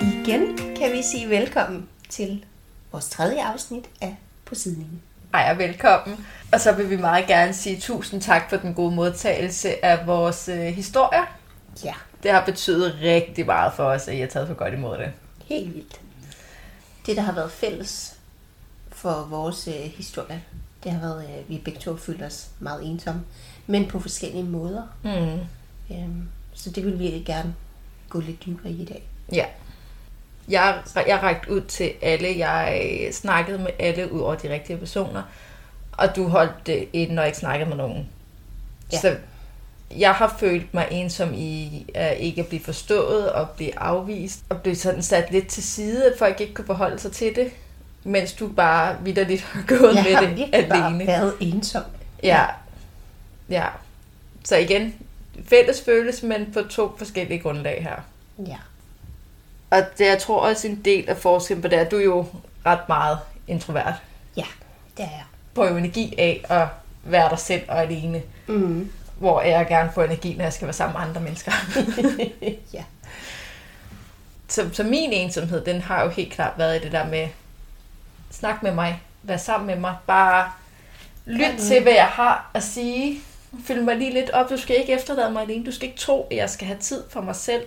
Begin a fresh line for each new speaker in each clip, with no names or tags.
igen kan vi sige velkommen til vores tredje afsnit af På Sidelinjen.
Ej, og velkommen. Og så vil vi meget gerne sige tusind tak for den gode modtagelse af vores øh, historier.
Ja,
Det har betydet rigtig meget for os, at I har taget for godt imod det.
helt vildt. Det, der har været fælles for vores øh, historie, det har været, at vi begge to følte os meget ensomme, men på forskellige måder.
Mm.
Øhm, så det vil vi gerne gå lidt dybere i i dag.
Ja. Jeg, jeg rakte ud til alle. Jeg snakkede med alle ud over de rigtige personer. Og du holdt det ind, når jeg ikke snakkede med nogen.
Ja.
Ja. Så jeg har følt mig ensom i at ikke at blive forstået og blive afvist. Og blive sådan sat lidt til side, at folk ikke kunne forholde sig til det. Mens du bare vidderligt har gået
jeg har
med det
virkelig bare
alene.
været ensom.
Ja. ja. Så igen, fælles følelse, men på to forskellige grundlag her.
Ja.
Og det, jeg tror også en del af forskellen på det, er, at du er jo ret meget introvert.
ja, det er jeg.
Får jo energi af at være dig selv og alene,
Mm.
hvor jeg gerne får energi, når jeg skal være sammen med andre mennesker.
Ja.
så, så min ensomhed, den har jo helt klart været i det der med, snak med mig, vær sammen med mig, bare lyt til, hvad jeg har at sige. Fyld mig lige lidt op, du skal ikke efterlade mig alene, du skal ikke tro, at jeg skal have tid for mig selv,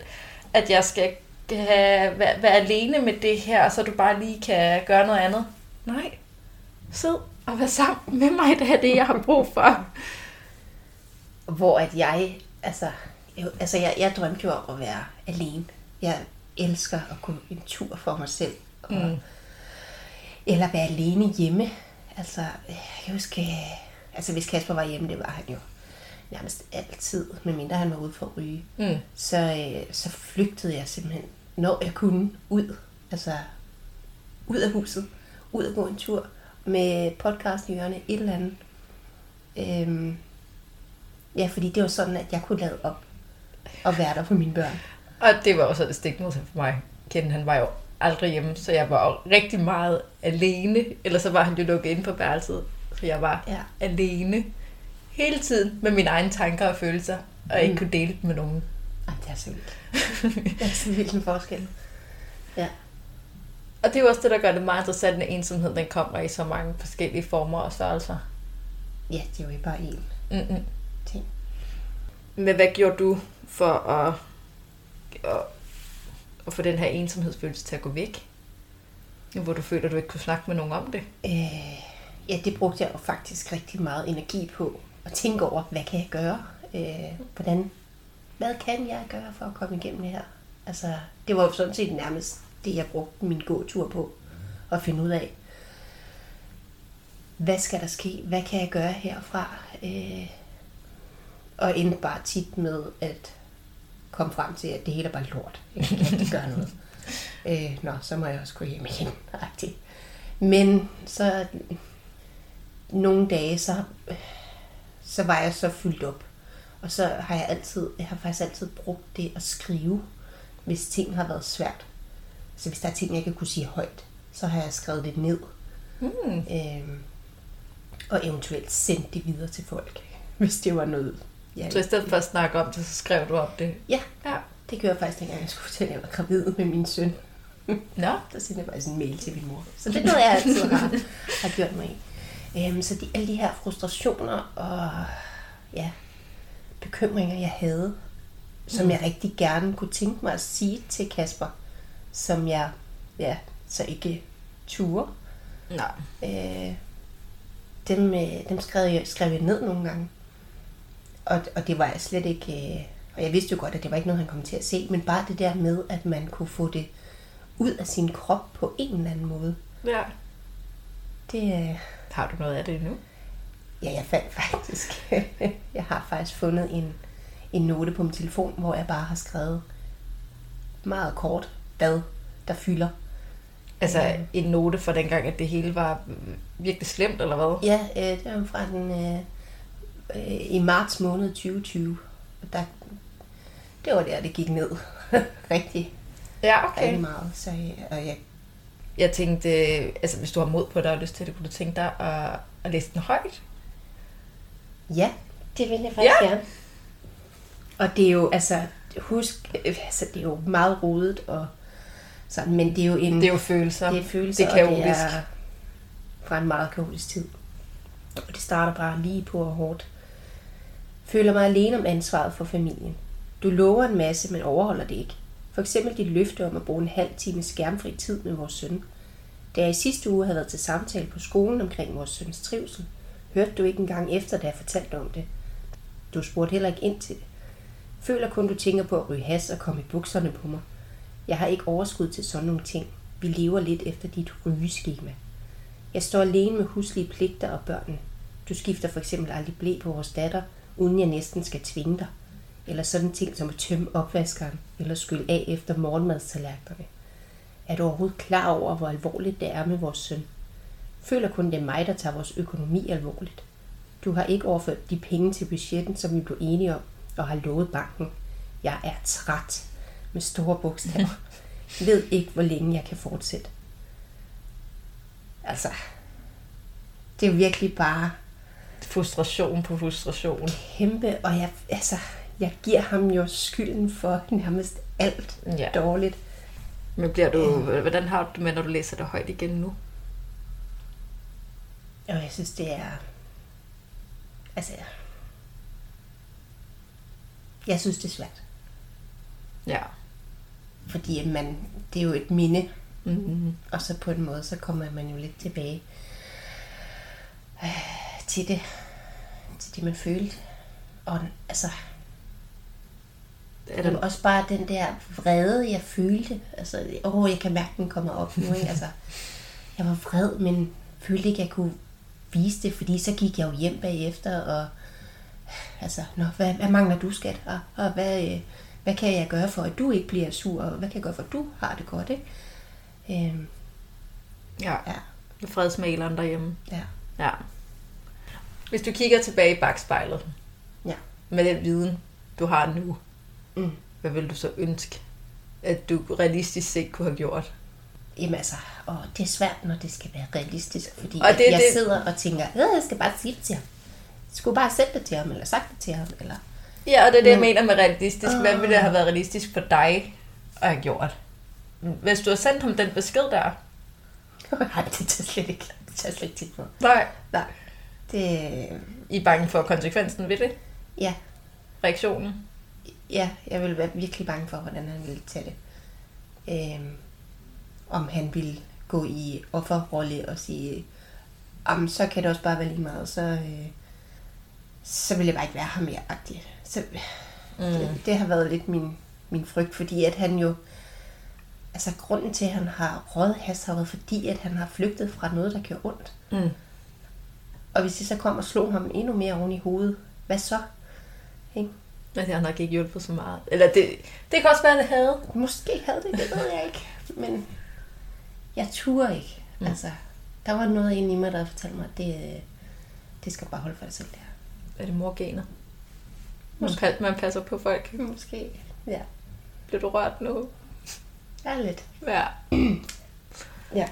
at jeg skal have, være, være alene med det her, så du bare lige kan gøre noget andet. Nej, sid og vær sammen med mig, det er det, jeg har brug for.
Hvor at jeg, altså, jeg, altså jeg, jeg drømte jo om at være alene. Jeg elsker at gå en tur for mig selv. Og, mm. Eller være alene hjemme. Altså, øh, jeg husker, øh, altså hvis Kasper var hjemme, det var han jo nærmest altid, medmindre han var ude for at ryge.
Mm.
Så, øh, så flygtede jeg simpelthen, når jeg kunne, ud. Altså, ud af huset. Ud at gå en tur med podcast i ørerne, et eller andet. Øhm, Ja, fordi det var sådan, at jeg kunne lade op og være der for mine børn.
Og det var jo så det stik modsatte for mig. Ken, han var jo aldrig hjemme, så jeg var jo rigtig meget alene. Ellers så var han jo lukket inde på værelset, så jeg var
Ja.
ja. alene hele tiden med mine egne tanker og følelser, og ikke kunne dele dem med nogen.
Ej, det er så vildt. Det er så vildt en forskel. Ja.
og det er jo også det, der gør det meget interessant, at ensomhed den kommer i så mange forskellige former og størrelser.
Ja, det er jo ikke bare én
Mm-mm.
ting.
Men hvad gjorde du for at, at, at få den her ensomhedsfølelse til at gå væk? Nu hvor du føler, at du ikke kunne snakke med nogen om det.
Øh, ja, det brugte jeg jo faktisk rigtig meget energi på. At tænke over, hvad kan jeg gøre? Øh, hvordan, hvad kan jeg gøre for at komme igennem det her? Altså, det var jo sådan set nærmest det, jeg brugte min gåtur på. At finde ud af, hvad skal der ske? Hvad kan jeg gøre herfra? Øh, og endte bare tit med at komme frem til, at det hele er bare lort. Jeg kan ikke rigtig gøre noget. Øh, nå, så må jeg også gå hjem igen. Rigtigt. Men så nogle dage, så, så var jeg så fyldt op. Og så har jeg altid, jeg har faktisk altid brugt det at skrive, hvis ting har været svært. Så hvis der er ting, jeg ikke kunne sige højt, så har jeg skrevet det ned. Mm. Øhm, og eventuelt sendt det videre til folk, hvis det var noget. Jeg
Så i stedet for at snakke om det, så skrev du om det.
Ja,
Ja.
det gjorde jeg faktisk, dengang jeg skulle fortælle, at jeg var gravid med min søn.
Nå,
Der sendte jeg faktisk en mail til min mor. Så det er noget, jeg altid har, har gjort mig i. Øhm, så de, alle de her frustrationer og ja, bekymringer, jeg havde, som jeg rigtig gerne kunne tænke mig at sige til Kasper, som jeg ja, så ikke turde,
nej.
øh, dem, øh, dem skrev, jeg, skrev jeg ned nogle gange. Og, og det var jeg slet ikke... Øh, og jeg vidste jo godt, at det var ikke noget, han kom til at se, men bare det der med, at man kunne få det ud af sin krop på en eller anden måde.
Ja.
Det, øh,
Har du noget af det nu?
ja, jeg fandt faktisk... jeg har faktisk fundet en, en note på min telefon, hvor jeg bare har skrevet meget kort, hvad der fylder.
Altså en note for dengang, at det hele var øh, virkelig slemt, eller hvad?
Ja, øh, det var fra den øh, øh, i marts måned 2020. Og der, det var der, det gik ned rigtig,
Ja,
rigtig meget. Så, øh, og jeg,
Jeg tænkte, øh, altså hvis du har mod på det og lyst til det, kunne du tænke dig at, at læse den højt?
ja, det vil jeg faktisk ja. gerne. Og det er jo, altså, husk, øh, altså, det er jo meget rodet og Sådan, men det er jo en...
Det er jo følelser.
det er følelser,
Altså, det er
og
kaotisk.
det er fra en meget kaotisk tid. Og det starter bare lige på og hårdt. Føler mig alene om ansvaret for familien. Du lover en masse, men overholder det ikke. For eksempel dit løfte om at bruge en halv time skærmfri tid med vores søn. Da jeg i sidste uge havde været til samtale på skolen omkring vores søns trivsel, hørte du ikke engang efter, da jeg fortalte om det. Du spurgte heller ikke ind til det. Føler kun, du tænker på at ryge has og komme i bukserne på mig. Jeg har ikke overskud til sådan nogle ting. Vi lever lidt efter dit rygeskema. Jeg står alene med huslige pligter og børnene. Du skifter for eksempel aldrig blæ på vores datter, uden jeg næsten skal tvinge dig. Eller sådan ting som at tømme opvaskeren, eller skylle af efter morgenmadstallerkenerne. Er du overhovedet klar over, hvor alvorligt det er med vores søn? Føler kun, det er mig, der tager vores økonomi alvorligt. Du har ikke overført de penge til budgetten, som vi blev enige om, og har lovet banken. Jeg er træt med store bogstaver. Ved ikke, hvor længe jeg kan fortsætte. Altså, det er virkelig bare
Frustration på frustration.
kæmpe, og jeg, altså, jeg giver ham jo skylden for nærmest alt
Ja.
ja. dårligt.
Men bliver du, hvordan har du det med, når du læser det højt igen nu?
Og jeg synes, det er... Altså, jeg, jeg synes, det er svært.
Ja.
Fordi at man, det er jo et minde,
Mm-hmm.
og så på en måde, så kommer man jo lidt tilbage øh, til det, til det, man følte. Og altså,
Er
Jamen,
der,
også bare den der vrede, jeg følte. Altså, åh, jeg kan mærke, den kommer op nu. Ikke? Altså, jeg var vred, men følte ikke, jeg kunne vise det, fordi så gik jeg jo hjem bagefter, og altså, nå, hvad, hvad mangler du, skat? Og, og hvad, øh, hvad kan jeg gøre for, at du ikke bliver sur? Og hvad kan jeg gøre for, at du har det godt? Ikke? Øhm,
ja.
ja,
Fredsmaleren derhjemme.
ja,
Ja. Hvis du kigger tilbage i bagspejlet
ja.
med den viden, du har nu,
Mm.
hvad vil du så ønske, at du realistisk set kunne have gjort?
Jamen altså, og det er svært, når det skal være realistisk, fordi
Og
og
det
det,
er
jeg
det-
det. sidder og tænker, "Øh, jeg skal bare sige det til ham. Jeg skulle bare sætte det til ham, eller sagt det til ham, eller...
Ja, og det er det, jeg mener med realistisk. Hvad ville det have været realistisk for dig at have gjort? Hvis du har sendt ham den besked der,
Nej, det tager slet ikke, det tager slet ikke tid på.
nej.
Nej, det... øh,
I er bange for konsekvensen ved det?
Ja,
Reaktionen?
ja, jeg ville være virkelig bange for, hvordan han ville tage det. Øhm, om han ville gå i offerrolle og sige, om så kan det også bare være lige meget, så, øh, så vil jeg bare ikke være ham mere agtig. Så, mm. det, det, har været lidt min, min frygt, fordi at han jo, altså grunden til, at han har rådhas, har været fordi, at han har flygtet fra noget, der gjorde ondt.
Mm.
Og hvis de så kom og slog ham endnu mere oven i hovedet, hvad så? Ikke?
Men det har nok ikke hjulpet så meget. Eller det, det kan også være, det havde.
Måske havde det, det ved jeg ikke. Men jeg turde ikke. Mm. Altså, der var noget inde i mig, der fortalte mig, at det, øh, det skal du bare holde for dig selv der.
Er det morgener? Man, pas, man passer på folk.
Måske. Ja,
Bliver du rørt nu?
der er lidt.
Ja.
Ja.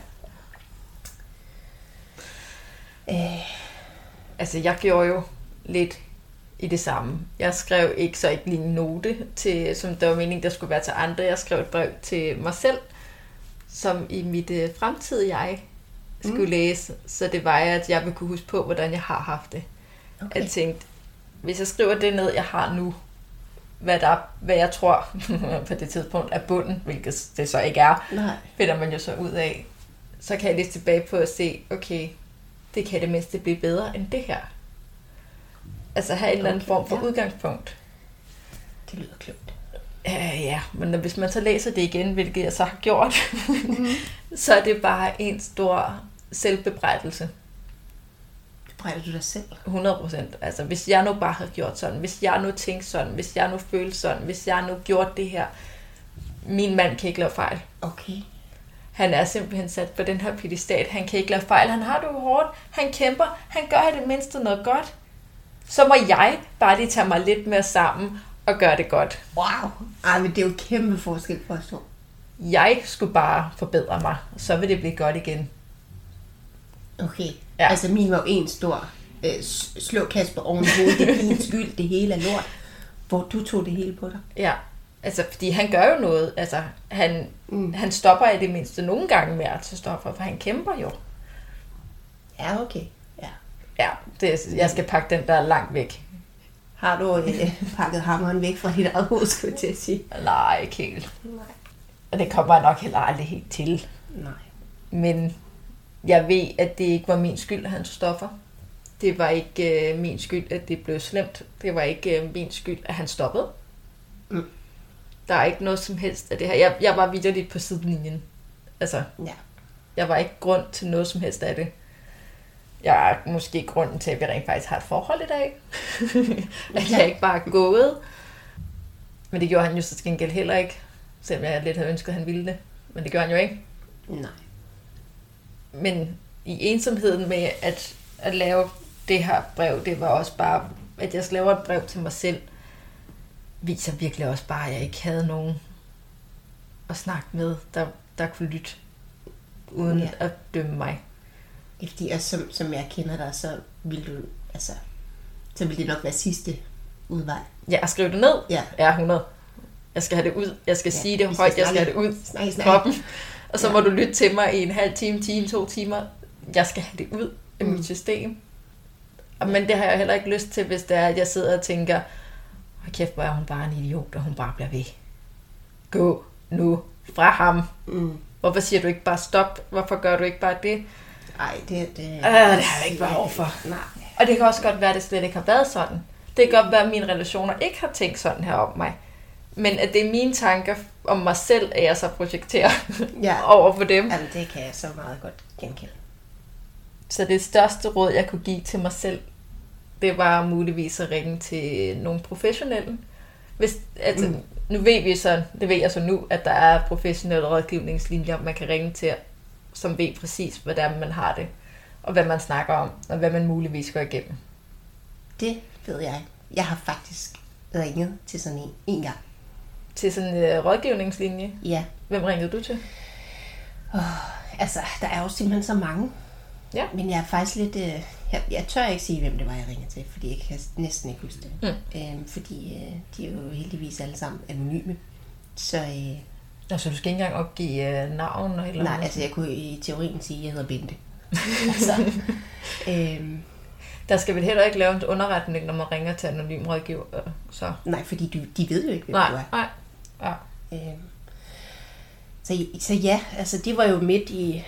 Øh,
Altså, jeg gjorde jo lidt i det samme. Jeg skrev ikke så ikke lige en note, til, som der var meningen, der skulle være til andre. Jeg skrev et brev til mig selv, som i mit øh, fremtidige jeg skulle mm. læse. Så det var, at jeg ville kunne huske på, hvordan jeg har haft det. Okay.
okay.
Jeg tænkte, hvis jeg skriver det ned, jeg har nu, hvad, der, hvad jeg tror på det tidspunkt er bunden, hvilket det så ikke er,
Nej.
finder man jo så ud af, så kan jeg læse tilbage på og se, okay, det kan det mindste blive bedre end det her. Altså have en eller anden
Okay,
form for
ja.
udgangspunkt.
Det lyder klogt.
Øh, ja, men hvis man så læser det igen, hvilket jeg så har gjort, mm-hmm. så er det bare en stor selvbebrejdelse.
Bebrejder du dig selv?
100%. Altså, hvis jeg nu bare havde gjort sådan, hvis jeg nu tænkte sådan, hvis jeg nu følte sådan, hvis jeg nu gjorde det her. Min mand kan ikke lave fejl.
Okay.
Han er simpelthen sat på den her pedestal. Han kan ikke lave fejl. Han har det jo hårdt. Han kæmper. Han gør i det mindste noget godt. Så må jeg bare lige tage mig lidt mere sammen og gøre det godt.
Wow. Ej, men det er jo kæmpe forskel for os to.
Jeg skulle bare forbedre mig. Så vil det blive godt igen.
Okay.
Ja.
Ja. Altså min var jo en stor øh, s- slå Kasper oven i hovedet, det er din skyld, det hele er lort. Hvor du tog det hele på dig.
Ja. Altså, fordi han gør jo noget. Altså, han, mm. han stopper i det mindste nogle gange med at tage stoffer, for han kæmper jo.
Ja, okay. Ja.
Ja, det, jeg skal pakke den der langt væk.
Har du øh, pakket hammeren væk fra dit eget hus, skulle jeg til at sige?
Nej, ikke helt.
Nej.
Og det kommer jeg nok heller aldrig helt til.
Nej.
Men jeg ved, at det ikke var min skyld, at han tog stoffer. Det var ikke øh, min skyld, at det blev slemt. Det var ikke øh, min skyld, at han stoppede.
Mm.
Der er ikke noget som helst af det her. Jeg, jeg var vidderligt på sidelinjen. Altså,
Ja.
jeg var ikke grund til noget som helst af det. Jeg er måske grunden til, at vi rent faktisk har et forhold i dag. at jeg ikke bare er gået. Men det gjorde han jo så til gengæld heller ikke. Selvom jeg lidt havde ønsket, at han ville det. Men det gjorde han jo ikke.
Nej.
Men i ensomheden med at, at lave det her brev, det var også bare, at jeg laver et brev til mig selv, viser virkelig også bare, at jeg ikke havde nogen at snakke med, der, der kunne lytte, uden ja.
Ja.
at dømme mig.
Ja, Fordi også som, som jeg kender dig, så vil du, altså, så vil det nok være sidste udvej.
Ja, at skrive det ned,
Ja.
er 100. Jeg skal have det ud, jeg skal ja,
Ja,
sige det
vi skal
højt, jeg skal
snakke.
have det ud
Snakke,
i
snakke.
kroppen. Og så ja. må du lytte til mig i en halv time, time, to timer. Jeg skal have det ud af mm. mit system. Og- Men det har jeg heller ikke lyst til, hvis det er, at jeg sidder og tænker, hvor kæft, hvor er hun bare en idiot, og hun bare bliver ved. Gå nu fra ham.
Mm.
Hvorfor siger du ikke bare stop? Hvorfor gør du ikke bare det?
Ej, det, det,
Øh, det har jeg ikke behov for.
Nej.
Og det kan også godt være, at det slet ikke har været sådan. Det kan godt være, at mine relationer ikke har tænkt sådan her om mig. Men at det er mine tanker om mig selv, at jeg så projekterer
Ja.
over på dem.
Jamen, det kan jeg så meget godt genkende.
Så det største råd, jeg kunne give til mig selv, det var muligvis at ringe til nogle professionelle. Hvis, altså, mm. Nu ved vi så, det ved jeg så nu, at der er professionelle rådgivningslinjer, man kan ringe til, som ved præcis, hvordan man har det, og hvad man snakker om, og hvad man muligvis går igennem.
Det ved jeg. Jeg har faktisk ringet til sådan en en gang.
Til sådan en øh, rådgivningslinje,
Ja,
hvem ringede du til?
altså, der er jo simpelthen så mange.
Ja.
Men jeg er faktisk lidt... Øh, jeg, jeg tør ikke sige, hvem det var, jeg ringede til, fordi jeg kan næsten ikke huske det. Mm. Øhm, fordi øh, de er jo heldigvis alle sammen anonyme. Så øh,
Altså, du skal ikke engang opgive øh, navn og et eller
nej,
andet.
altså jeg kunne i teorien sige, at jeg hedder Bente. altså, øhm,
Der skal vel heller ikke lave en underretning, når man ringer til anonym rådgiver. øh, Så.
nej, fordi du, de ved jo ikke, hvem du
Nej,
er.
nej. Ja.
Øhm, Så, så ja, altså det var jo midt i,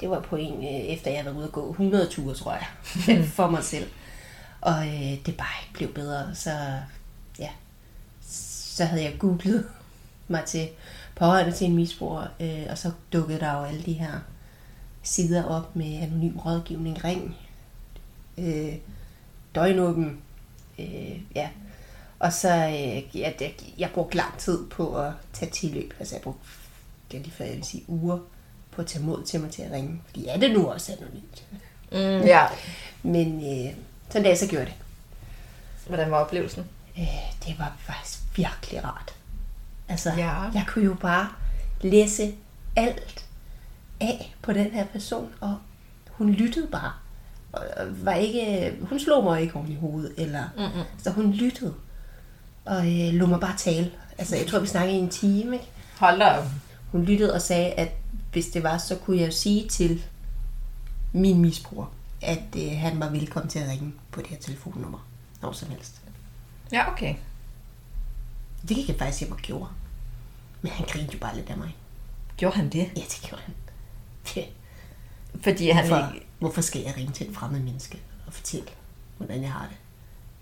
det var på en, øh, efter jeg havde været ude at gå 100 ture, tror jeg, for mig selv. Og øh, det bare ikke blev bedre, så ja, så havde jeg googlet mig til pårørende til en misbruger, øh, og så dukkede der jo alle de her sider op med anonym rådgivning, ring, øh, døgnåben, øh, ja. Og så, øh, ja, det, jeg brugte lang tid på at tage tilløb. Altså, jeg brugte, det er lige før, jeg vil sige, uger på at tage mod til mig til at ringe. Fordi er det nu også anonymt?
Mm, ja.
Men øh, sådan en dag, så gjorde jeg det.
Hvordan var oplevelsen?
Øh, det var faktisk virkelig rart. Altså,
Ja.
jeg kunne jo bare læse alt af på den her person, og hun lyttede bare. Og og var ikke, øh, hun slog mig ikke oven i hovedet, eller, mm-hmm. så hun lyttede, og øh, lå mig bare tale. Altså, jeg tror, vi snakkede i en time, ikke?
Hold da op.
Hun lyttede og sagde, at hvis det var, så kunne jeg jo sige til min misbruger, at øh, han var velkommen til at ringe på det her telefonnummer, når som helst.
Ja, okay.
Det gik jeg faktisk hjem og gjorde. Men han grinte jo bare lidt af mig.
Gjorde han det?
Ja, det gjorde han.
Fordi han
Hvorfor,
ikke...
hvorfor skal jeg ringe til et fremmed menneske og fortælle, hvordan jeg har det?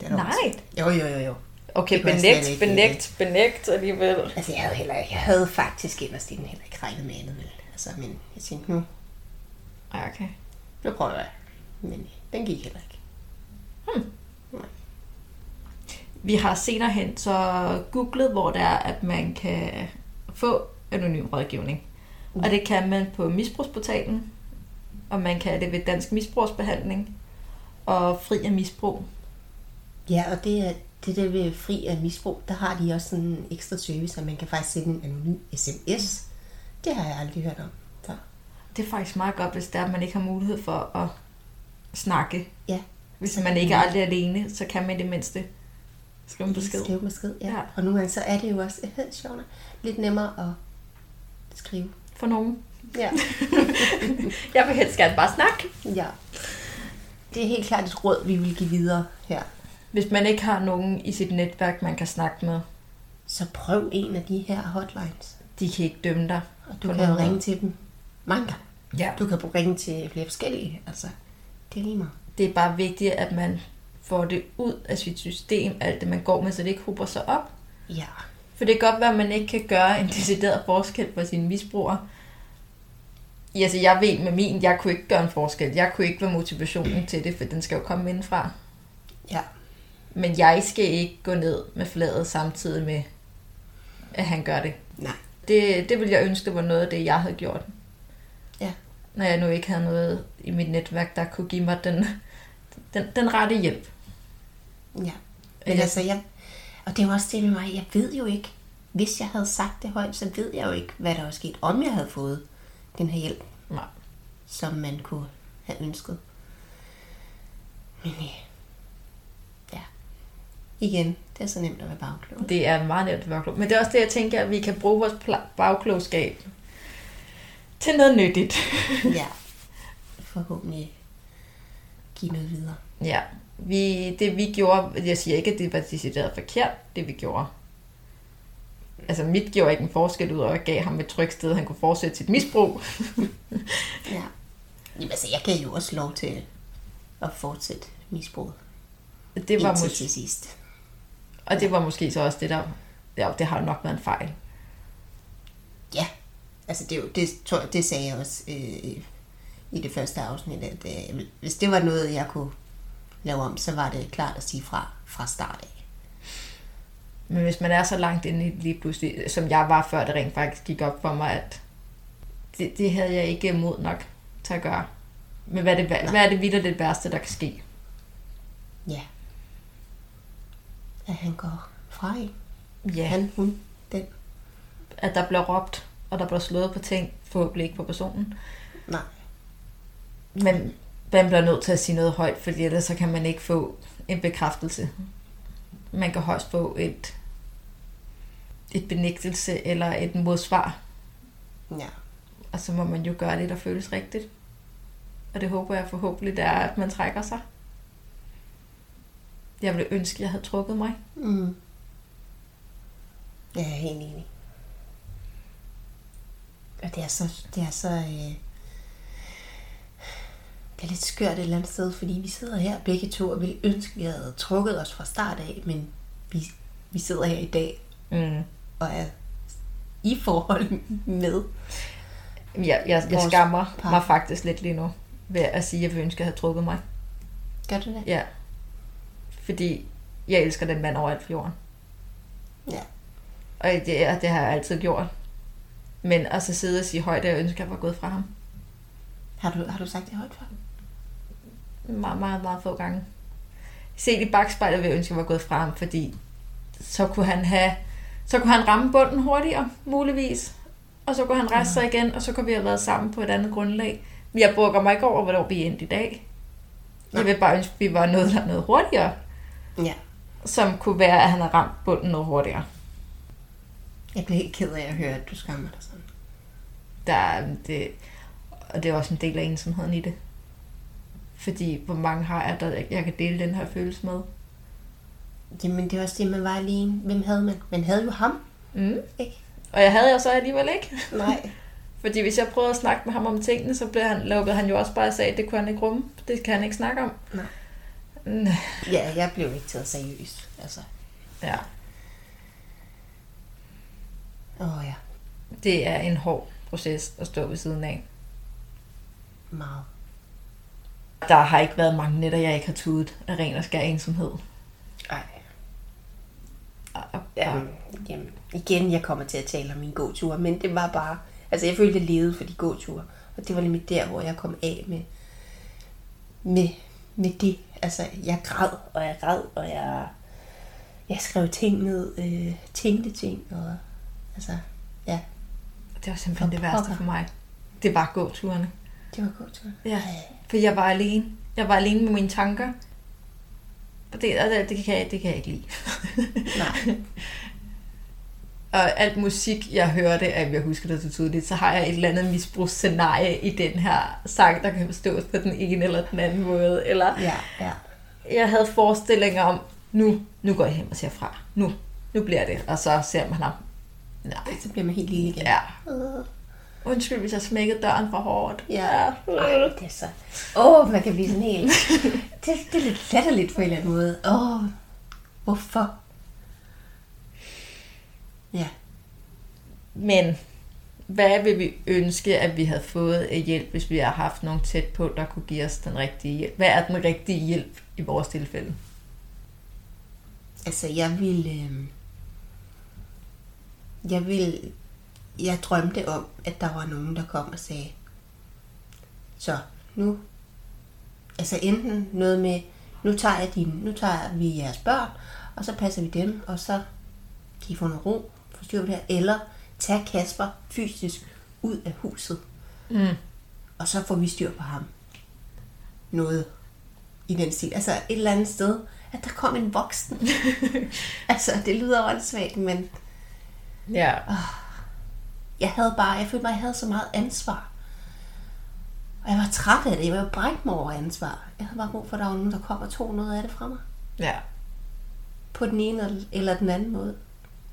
det er da
Nej.
åndssvagt. Jo, jo, jo, jo.
Okay,
Det kunne jeg
benægt,
slet ikke, øh.
benægt, benægt alligevel.
Altså, jeg havde, heller, jeg havde faktisk inderst inden heller ikke regnet med andet, vel? Altså, men jeg tænkte, nu,
Ej, okay.
nu prøver jeg. Men øh, den gik heller ikke.
Vi har senere hen så googlet, hvor det er, at man kan få anonym rådgivning.
Uh.
Og det kan man på misbrugsportalen, og man kan det ved Dansk Misbrugsbehandling, og Fri af Misbrug.
Ja, og det er det der ved fri af misbrug, der har de også sådan en ekstra service, at man kan faktisk sende en anonym sms. Det har jeg aldrig hørt om. Så,
Det er faktisk meget godt, hvis det er, at man ikke har mulighed for at snakke.
ja,
Hvis man ikke er aldrig alene, så kan man i det mindste Skriv en besked.
Skrive besked, ja.
Ja.
ja. Og nogle gange så er det jo også øh, sjovt, nok, lidt nemmere at skrive.
For nogen.
Ja.
Jeg vil helst gerne bare snakke.
ja. Det er helt klart et råd, vi vil give videre her.
Hvis man ikke har nogen i sit netværk, man kan snakke med,
Så prøv en af de her hotlines.
de kan ikke dømme dig.
Og du
på
kan
nogen
jo
måde.
ringe til dem mange gange.
Ja.
Du kan bruge ringe til flere forskellige. Altså, det er lige meget.
Det er bare vigtigt, at man får det ud af sit system, alt det man går med, så det ikke hober sig op.
Ja.
For det kan godt være, at man ikke kan gøre en decideret forskel for sine misbrugere. Ja, altså, jeg ved med min, jeg kunne ikke gøre en forskel. Jeg kunne ikke være motivationen til det, for den skal jo komme indfra.
Ja.
Men jeg skal ikke gå ned med fladet samtidig med, at han gør det.
Nej.
Det, det ville jeg ønske var noget af det, jeg havde gjort.
Ja.
Når jeg nu ikke havde noget i mit netværk, der kunne give mig den, den, den rette hjælp.
Ja. Men
Eller-
altså, jeg, og det er jo også det med mig, jeg ved jo ikke, hvis jeg havde sagt det højt, så ved jeg jo ikke, hvad der var sket, om jeg havde fået den her hjælp,
Nej.
som man kunne have ønsket. Men ja. ja. Igen, det er så nemt at være bagklog.
Det er meget nemt at være klog. Men det er også det, jeg tænker, at vi kan bruge vores pla- bagklogskab til noget nyttigt.
ja. Forhåbentlig give noget videre.
ja, vi, det vi gjorde, jeg siger ikke, at det var decideret forkert, det vi gjorde. Altså mit gjorde ikke en forskel ud, og jeg gav ham et trygt sted, han kunne fortsætte sit misbrug.
Ja. Jamen, altså, jeg gav jo også lov til at fortsætte misbruget
Det var
indtil
mås-
til sidst.
og det var måske så også det, der... Ja, det har jo nok været en fejl.
Ja, altså det, er jo- det, tror jeg, det sagde jeg også øh, i det første afsnit, at øh, hvis det var noget, jeg kunne lave om, så var det klart at sige fra, fra start af.
Men hvis man er så langt inde i det lige pludselig, som jeg var før, det rent faktisk gik op for mig, at det, det havde jeg ikke mod nok til at gøre. Men hvad er det, hvad, hvad er det vildt det værste, der kan ske?
Ja. At han går fra en.
Ja,
Han, hun, den.
at der bliver råbt, og der bliver slået på ting, forhåbentlig ikke på personen.
Nej.
Men man bliver nødt til at sige noget højt, for ellers så kan man ikke få en bekræftelse. Man kan højst få et, et benægtelse eller et modsvar,
Ja.
og så må man jo gøre det, der føles rigtigt. Og det håber jeg forhåbentlig, det er, at man trækker sig. Jeg ville ønske, at jeg havde trukket mig.
Mm. Jeg er helt enig. Og det er så... Det er så øh, det er lidt skørt et eller andet sted, fordi vi sidder her begge to, og vi ønske, vi havde trukket os fra start af, men vi, vi sidder her i dag
Mm.
og er i forhold med.
Jeg, jeg, jeg
Vores
skammer
par.
mig faktisk lidt lige nu ved at sige, at jeg ville ønske, at jeg havde trukket mig.
Gør du det?
Ja. Fordi jeg elsker den mand overalt på jorden.
Ja.
Og det, og det har jeg altid gjort. Men at så sidde og sige højt, at jeg ønsker, at jeg var gået fra ham.
Har du, har du sagt det højt for ham?
Meget, meget, meget få gange. Set i bagspejlet vil jeg ønske, at jeg var gået fra ham, fordi så kunne han have... Så kunne han ramme bunden hurtigere, muligvis. Og så kunne han rejse sig igen, og så kunne vi have været sammen på et andet grundlag. Men jeg bruger mig ikke over, hvornår vi endte i dag. Jeg vil bare ønske, at vi var noget, der noget hurtigere,
Ja.
som kunne være, at han havde ramt bunden noget hurtigere.
Jeg bliver helt ked af at høre, at du skammer dig sådan.
der er um, det, og det er også en del af ensomheden i det. Fordi hvor mange har jeg, der jeg kan dele den her følelse med?
Jamen, det er også det, man var alene. Hvem havde man? Man havde jo ham,
Mm.
ikke?
Og jeg havde jeg så alligevel ikke.
Nej.
Fordi hvis jeg prøvede at snakke med ham om tingene, så blev han, lukkede han jo også bare og sagde, at det kunne han ikke rumme. Det kan han ikke snakke om.
Nej.
Mm.
Ja, jeg blev ikke taget seriøst. Altså.
Ja,
Åh oh, ja,
det er en hård proces at stå ved siden af.
meget.
Der har ikke været mange nætter, jeg ikke har tudet af ren og skær ensomhed.
Ej.
Og- og-
Ja.
og-
Jamen, igen, jeg kommer til at tale om mine gåture, men det var bare... Altså, jeg følte, jeg levede for de gåture. Og det var nemlig der, hvor jeg kom af med, med, med det. Altså, jeg græd, og jeg græd, og jeg, jeg skrev ting ned, øh, tænkte ting, og altså, ja,
Det var simpelthen det
For
værste
pokker.
for mig. Det var gåturene.
det var gåture.
Ja, for jeg var alene. Jeg var alene med mine tanker. Og det, og det, det, kan, jeg, det kan jeg ikke lide.
Nej.
og alt musik, jeg hørte, at jeg husker det så tydeligt, så har jeg et eller andet misbrugsscenarie i den her sang, der kan forstås på den ene eller den anden måde. Eller
Ja, ja.
jeg havde forestillinger om, nu, nu går jeg hjem og ser fra. Nu, nu bliver det. Og så ser man ham. Nej,
Så bliver man helt lille igen.
ja. Undskyld, hvis jeg smækkede døren for hårdt.
Øh. Ja. Ej, det er så... Åh, oh, man kan blive sådan helt... Det, det er lidt latterligt på en eller anden måde. Åh, oh, hvorfor? Ja,
Men hvad vil vi ønske, at vi havde fået af hjælp, hvis vi har haft nogen tæt på, der kunne give os den rigtige hjælp? Hvad er den rigtige hjælp i vores tilfælde?
altså jeg ville... Øh, jeg ville... Jeg drømte om, at der var nogen, der kom og sagde... Så, nu... Altså enten noget med, nu tager, jeg din, nu tager vi jeres børn, og så passer vi dem, og så kan I få noget ro, få styr på det her, eller tag Kasper fysisk ud af huset,
Mm.
og så får vi styr på ham. Noget i den stil. Altså et eller andet sted, at der kom en voksen. altså, det lyder åndssvagt, men
Ja.
jeg havde bare, jeg følte mig, jeg havde så meget ansvar. Og jeg var træt af det. Jeg var jo brændt mig over ansvar. Jeg havde bare brug for, at der var nogen, der kom og tog noget af det fra mig.
ja.
På den ene eller den anden måde.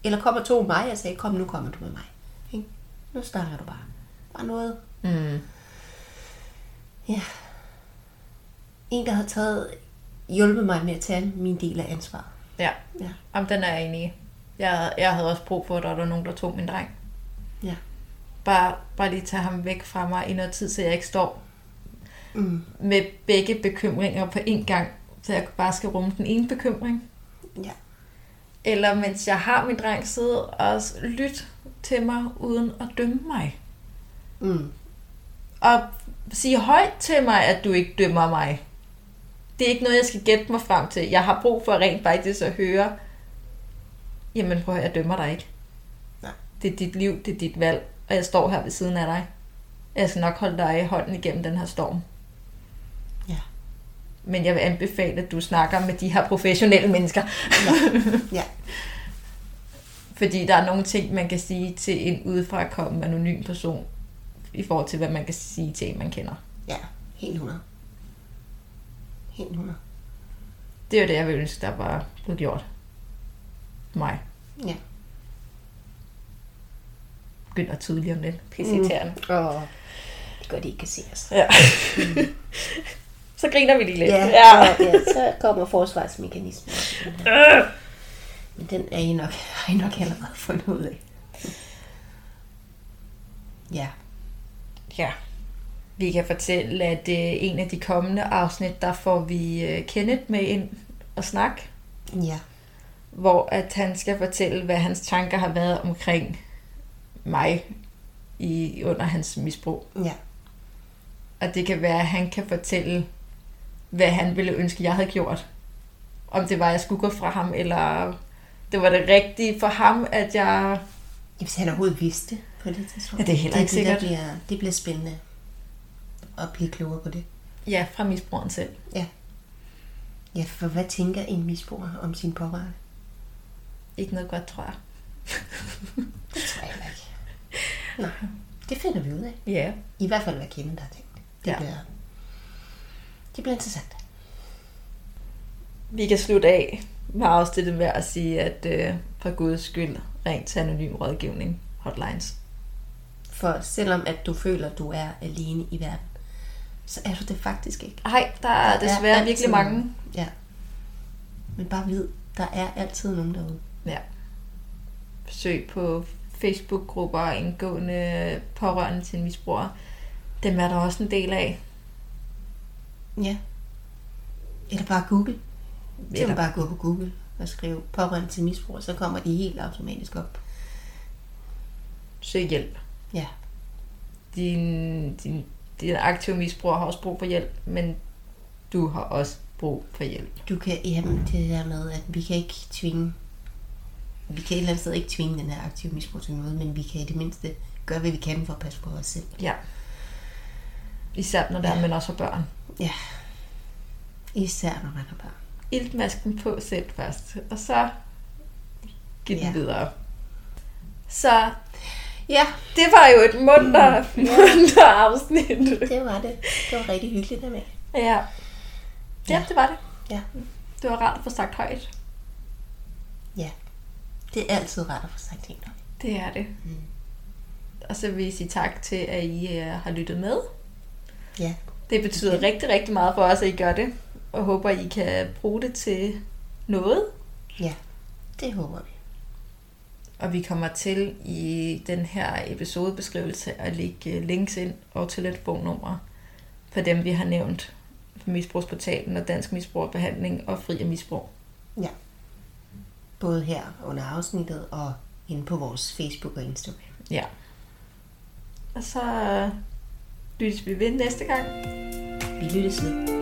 Eller kom og tog mig. Jeg sagde, kom nu kommer du med mig. Ikke? Nu snakker du bare. Bare noget
Mm.
Ja. En, der har taget, hjulpet mig med at tage min del af ansvaret.
Ja.
Ja.
Jamen, den er jeg enig i. Jeg, jeg havde også brug for, at der var nogen, der tog min dreng.
Ja.
Bare, bare lige tage ham væk fra mig i noget tid, så jeg ikke står
Mm.
med begge bekymringer på én gang, så jeg bare skal rumme den ene bekymring.
Ja.
Eller mens jeg har min dreng sidde og lytte til mig, uden at dømme mig.
Mm.
Og sige højt til mig, at du ikke dømmer mig. Det er ikke noget, jeg skal gætte mig frem til. Jeg har brug for rent faktisk at høre, jamen prøv at høre, jeg dømmer dig ikke.
Nej.
Det er dit liv, det er dit valg, og jeg står her ved siden af dig. Jeg skal nok holde dig i hånden igennem den her storm.
Ja.
Men jeg vil anbefale, at du snakker med de her professionelle mennesker.
Ja.
Fordi der er nogle ting, man kan sige til en udefrakommende anonym person, i forhold til, hvad man kan sige til en, man kender.
Ja. Helt 100. Helt 100.
Det er jo det, jeg ville ønske, der var blevet gjort. Mig.
Ja.
Begynder tidligere om lidt. Pisseirriterende. Mm.
Og det er godt, I ikke kan se os.
Ja. så griner vi lige lidt.
Ja, ja. Så, ja, så kommer forsvarsmekanismen.
Øh.
Men den er I nok, har I nok allerede fundet ud af. Ja.
ja. Vi kan fortælle, at øh, en af de kommende afsnit, der får vi øh, Kenneth med ind og snakke,
Ja.
hvor at han skal fortælle, hvad hans tanker har været omkring mig i, under hans misbrug.
Ja.
Og det kan være, at han kan fortælle, hvad han ville ønske, jeg havde gjort. Om det var, at jeg skulle gå fra ham, eller det var det rigtige for ham, at jeg...
Hvis han overhovedet vidste det på det tidspunkt.
Ja, det er heller ikke
det, der
sikkert.
Bliver, det bliver spændende at blive klogere på det.
Ja, fra misbrugeren selv.
Ja. Ja, for hvad tænker en misbruger om sin pårørende?
Ikke noget godt, tror jeg.
Det tror jeg heller ikke. Nej, det finder vi ud af.
Ja.
I hvert fald, hvad kende der har tænkt. Det,
Ja.
ja. bliver, det bliver interessant.
Vi kan slutte af med afsnittet med at sige, at øh, for guds skyld, ring til anonym rådgivning hotlines.
For selvom at du føler, du er alene i verden, så er du det faktisk ikke.
Ej, der er desværre
altid
virkelig mange.
nogen. Ja. Men bare vid, der er altid nogen derude.
Ja. Søg på Facebook-grupper indgående pårørende til misbrugere. Dem er der også en del af.
Ja. Eller bare Google. Så kan
Eller-
man bare gå på Google og skrive pårørende til misbrug, så kommer de helt automatisk op.
Søg hjælp.
Ja,
Din, din, din aktive misbruger har også brug for hjælp, men du har også brug for hjælp.
du kan, jamen, det der med, at vi kan ikke tvinge, vi kan et eller andet sted ikke tvinge den her aktive misbrug til noget, men vi kan i det mindste gøre, hvad vi kan for at passe på os selv.
Ja. Især når det er, men også for børn.
Ja. Især når man har børn.
iltmasken på selv først, og så give den
Ja.
videre. Så
Ja,
det var jo et munter,
Mm.
munter afsnit.
det var det. Det var rigtig hyggeligt der med.
Ja. ja,
Ja.
det var det.
Ja.
Det var rart at få sagt højt.
ja. Det er altid rart at få sagt ting.
Det er det.
Mm.
Og så vil jeg sige tak til, at I øh, har lyttet med.
Ja,
Det betyder rigtig, rigtig meget for os, at I gør det. Og håber, I kan bruge det til noget.
ja. Det håber vi.
Og vi kommer til i den her episodebeskrivelse at lægge øh, links ind og telefonnumre for dem, vi har nævnt. For misbrugsportalen og dansk misbrugerbehandling og fri af misbrug.
Ja. Både her under afsnittet og inde på vores Facebook og Instagram.
Ja. Og så øh, lyttes vi ved næste gang.
Vi lyttes ved.